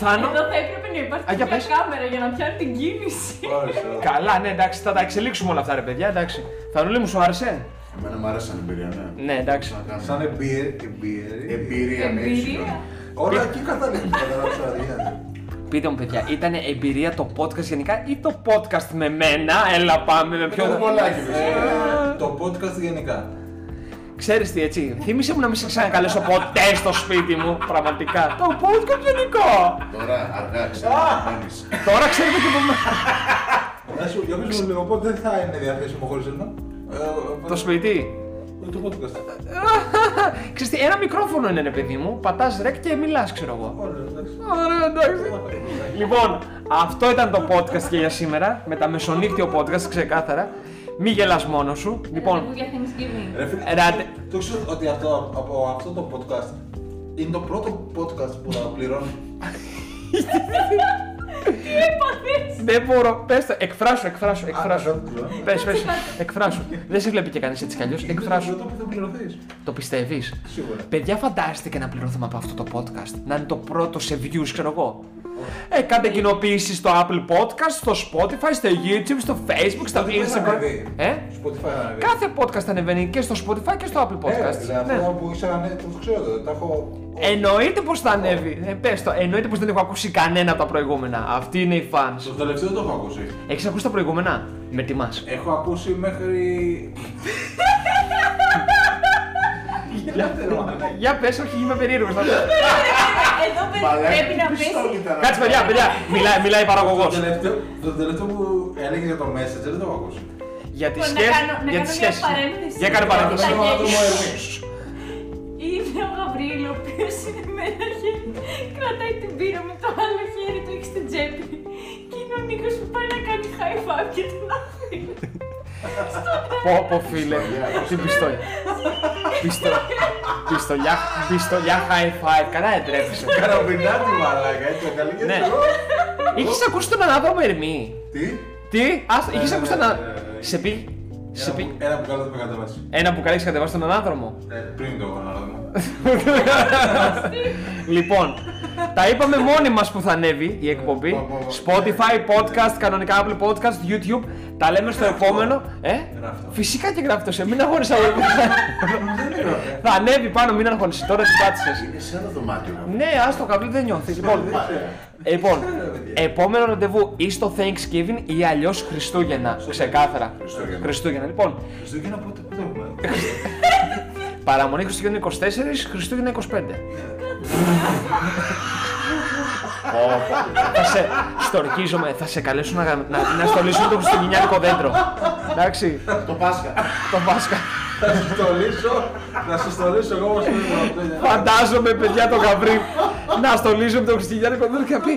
Θάνο. Εδώ θα έπρεπε να υπάρχει Α, για μια πες. κάμερα για να πιάνει την κίνηση. Άρεσε. Καλά, ναι, εντάξει, θα τα εξελίξουμε όλα αυτά, ρε παιδιά, εντάξει. Θανούλη μου, σου άρεσε. Εμένα μου άρεσαν εμπειρία, ναι. Ναι, εντάξει. Να κάνω. Σαν εμπειρία. Εμπειρία. Εμπειρία με Εμπειρία. Όλα εκεί καταλήγουν. Καταλάβεις, αδεία. Πείτε μου, παιδιά, ήταν εμπειρία το podcast γενικά ή το podcast με μένα. Έλα, πάμε με Πιο πιο. δολάκι Ε, Το podcast γενικά. Ξέρεις τι, έτσι. Θύμησε μου να μην σε ξανακαλέσω ποτέ στο σπίτι μου, πραγματικά. Το podcast γενικό. Τώρα αργά ξέρεις. Τώρα ξέρετε και που. Να σου διαβάσω λίγο πότε δεν θα είναι διαθέσιμο χωρίς ενώ. Το σπίτι. Το podcast. Ξέρεις τι, ένα μικρόφωνο είναι, ρε παιδί μου. Πατάς ρεκ και μιλάς, ξέρω εγώ. Όλα, εντάξει. Ωραία, εντάξει. Λοιπόν, αυτό ήταν το podcast και για σήμερα. Με τα μεσονύκτιο podcast, ξεκάθαρα. Μη γελάς μόνος σου. Λοιπόν, Ραντεβού για Thanksgiving. Ρε φίλε, Ε, Ράτε. το ξέρω ότι αυτό, από αυτό το podcast Είναι το πρώτο podcast που θα πληρώνει. Δεν μπορώ. Πες το. Εκφράσου, εκφράσου, Α, εκφράσου. δεν πληρώνει. Πε, πε. Εκφράσου. Δεν σε βλέπει και κανείς έτσι κι αλλιώς. Είναι το Εκφράσου. πρώτο που θα πληρωθείς. Το πιστεύεις. Σίγουρα. Παιδιά, φαντάζεστε και να πληρωθούμε από αυτό το podcast. Να είναι το πρώτο σε views, ξέρω εγώ. Ε, κάντε κοινοποίηση στο Apple Podcast, στο Spotify, στο YouTube, στο Facebook, στο Spotify θα Instagram. ανεβεί. Ε? Spotify θα ανεβεί. Κάθε podcast ανεβαίνει και στο Spotify και στο Apple Ε, Podcast. Ε. ρε, φίλε, Αυτό που ήξερα, ναι, το ξέρω, το- τα έχω. Εννοείται πως θα ανέβει. Ε, πες το, εννοείται πως δεν έχω ακούσει κανένα από τα προηγούμενα. Αυτοί είναι οι fans. Το τελευταίο το έχω ακούσει. Έχεις ακούσει τα προηγούμενα. Με τιμάς. Έχω ακούσει μέχρι. Γελάτε, ρε, μαλάκα. Για πες, όχι, είμαι περίεργος. Εδώ παι- Μαλάκα, πρέπει να πιστόλι πέσει. ήταν. Κάτσε, παιδιά, παιδιά. Μιλάει, μιλάει Το παραγωγό. τελευταίο- Το τελευταίο που έλεγε για το Messenger δεν το έχω ακούσει. Για τις Λοιπόν, να σχέσεις. κάνω- να Για κάνω τις μια σχέσεις. παρένθεση. Για κάνε παρένθεση. Θα Θέλω να δω γελίσω. μόνο εγώ. Είναι ο Γαβρίλη, ο οποίος είναι με ένα χέρι. Κρατάει την πύρα με το άλλο χέρι, το έχει στην τσέπη. Και είναι ο Νίκος που πάει να κάνει high five και τον αφήνει. Πω, πω, φίλε. Πιστολιά. Τι πιστόλια. Πιστολιά. Πιστολιά. Πιστολιά high five. Καλά, δεν τρέπεσαι. Καραμπινά τη μαλάκα, έτσι ο καλύτερος. Ναι. Είχες ακούσει τον ανάδρομο Ερμή. Τι, Τι, ας, Ναι, είχες ναι, ακούσει τον ναι, ανάδρομο. ναι, ναι. Σε πει. Σε ένα που- πει. ένα που καλά δεν με κατεβάσει. Ένα που καλέξει κατεβάσει τον ανάδρομο. Ε, Πριν το γονάδο λοιπόν, τα είπαμε μόνοι μας που θα ανέβει η εκπομπή. Πω, πω, πω. Spotify, podcast, κανονικά Apple Podcast, YouTube. Τα λέμε στο επόμενο. Ε, Γράφτο. φυσικά και γράφτος σε. Μην αγχώνεσαι. αγόρι μου. θα ανέβει πάνω, μην αγχώνεσαι. Τώρα τι πάτησες. Είναι σε άλλο δωμάτιο. ρε. Ναι, άστο καβλί δεν νιώθεις. Ναι, Λοιπόν, Πάρε. ε, λοιπόν, ξέρω, ναι. παιδιά. επόμενο ραντεβού ή στο Thanksgiving ή αλλιώς Χριστούγεννα. Ξεκάθαρα. Χριστούγεννα. Χριστούγεννα. Λοιπόν, Χριστούγεννα πότε πότε έχουμε. παραμονή Χριστούγεννα 24, Χριστούγεννα 25. θα σε στορκίζομαι, θα σε καλέσω να, να, να στολίσουμε το χριστουγεννιάτικο δέντρο. Εντάξει, Το Πάσχα. το Πάσχα. Θα σου στολίσω, θα σου στολίσω εγώ όπως το Φαντάζομαι, παιδιά, το γαβρί να στολίζουμε το χριστουγεννιάτικο δέντρο και να πει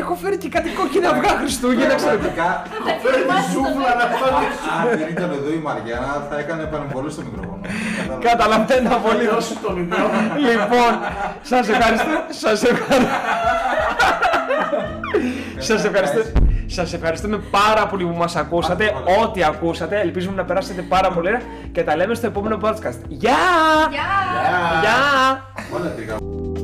Έχω φέρει και κάτι κόκκινα αυγά Χριστούγεννα, ξέρετε. Πραγματικά, Φέρε τη σούφλα να πάρει. αν δεν ήταν εδώ η Μαριάννα θα έκανε παρεμβολή στο μικρόφωνο. Κατάλαβες. Καταλαβαίνω Θα πολύ. λιώσει τον ύπνο. Λοιπόν, σας ευχαριστώ. Σας ευχαριστώ. Σας ευχαριστώ. Σας ευχαριστούμε πάρα πολύ που μας ακούσατε, ό,τι ακούσατε. Ελπίζουμε να περάσετε πάρα πολύ ωραία και τα λέμε στο επόμενο podcast. Γεια! Γεια! Γεια. Γεια! Όλα τρικά.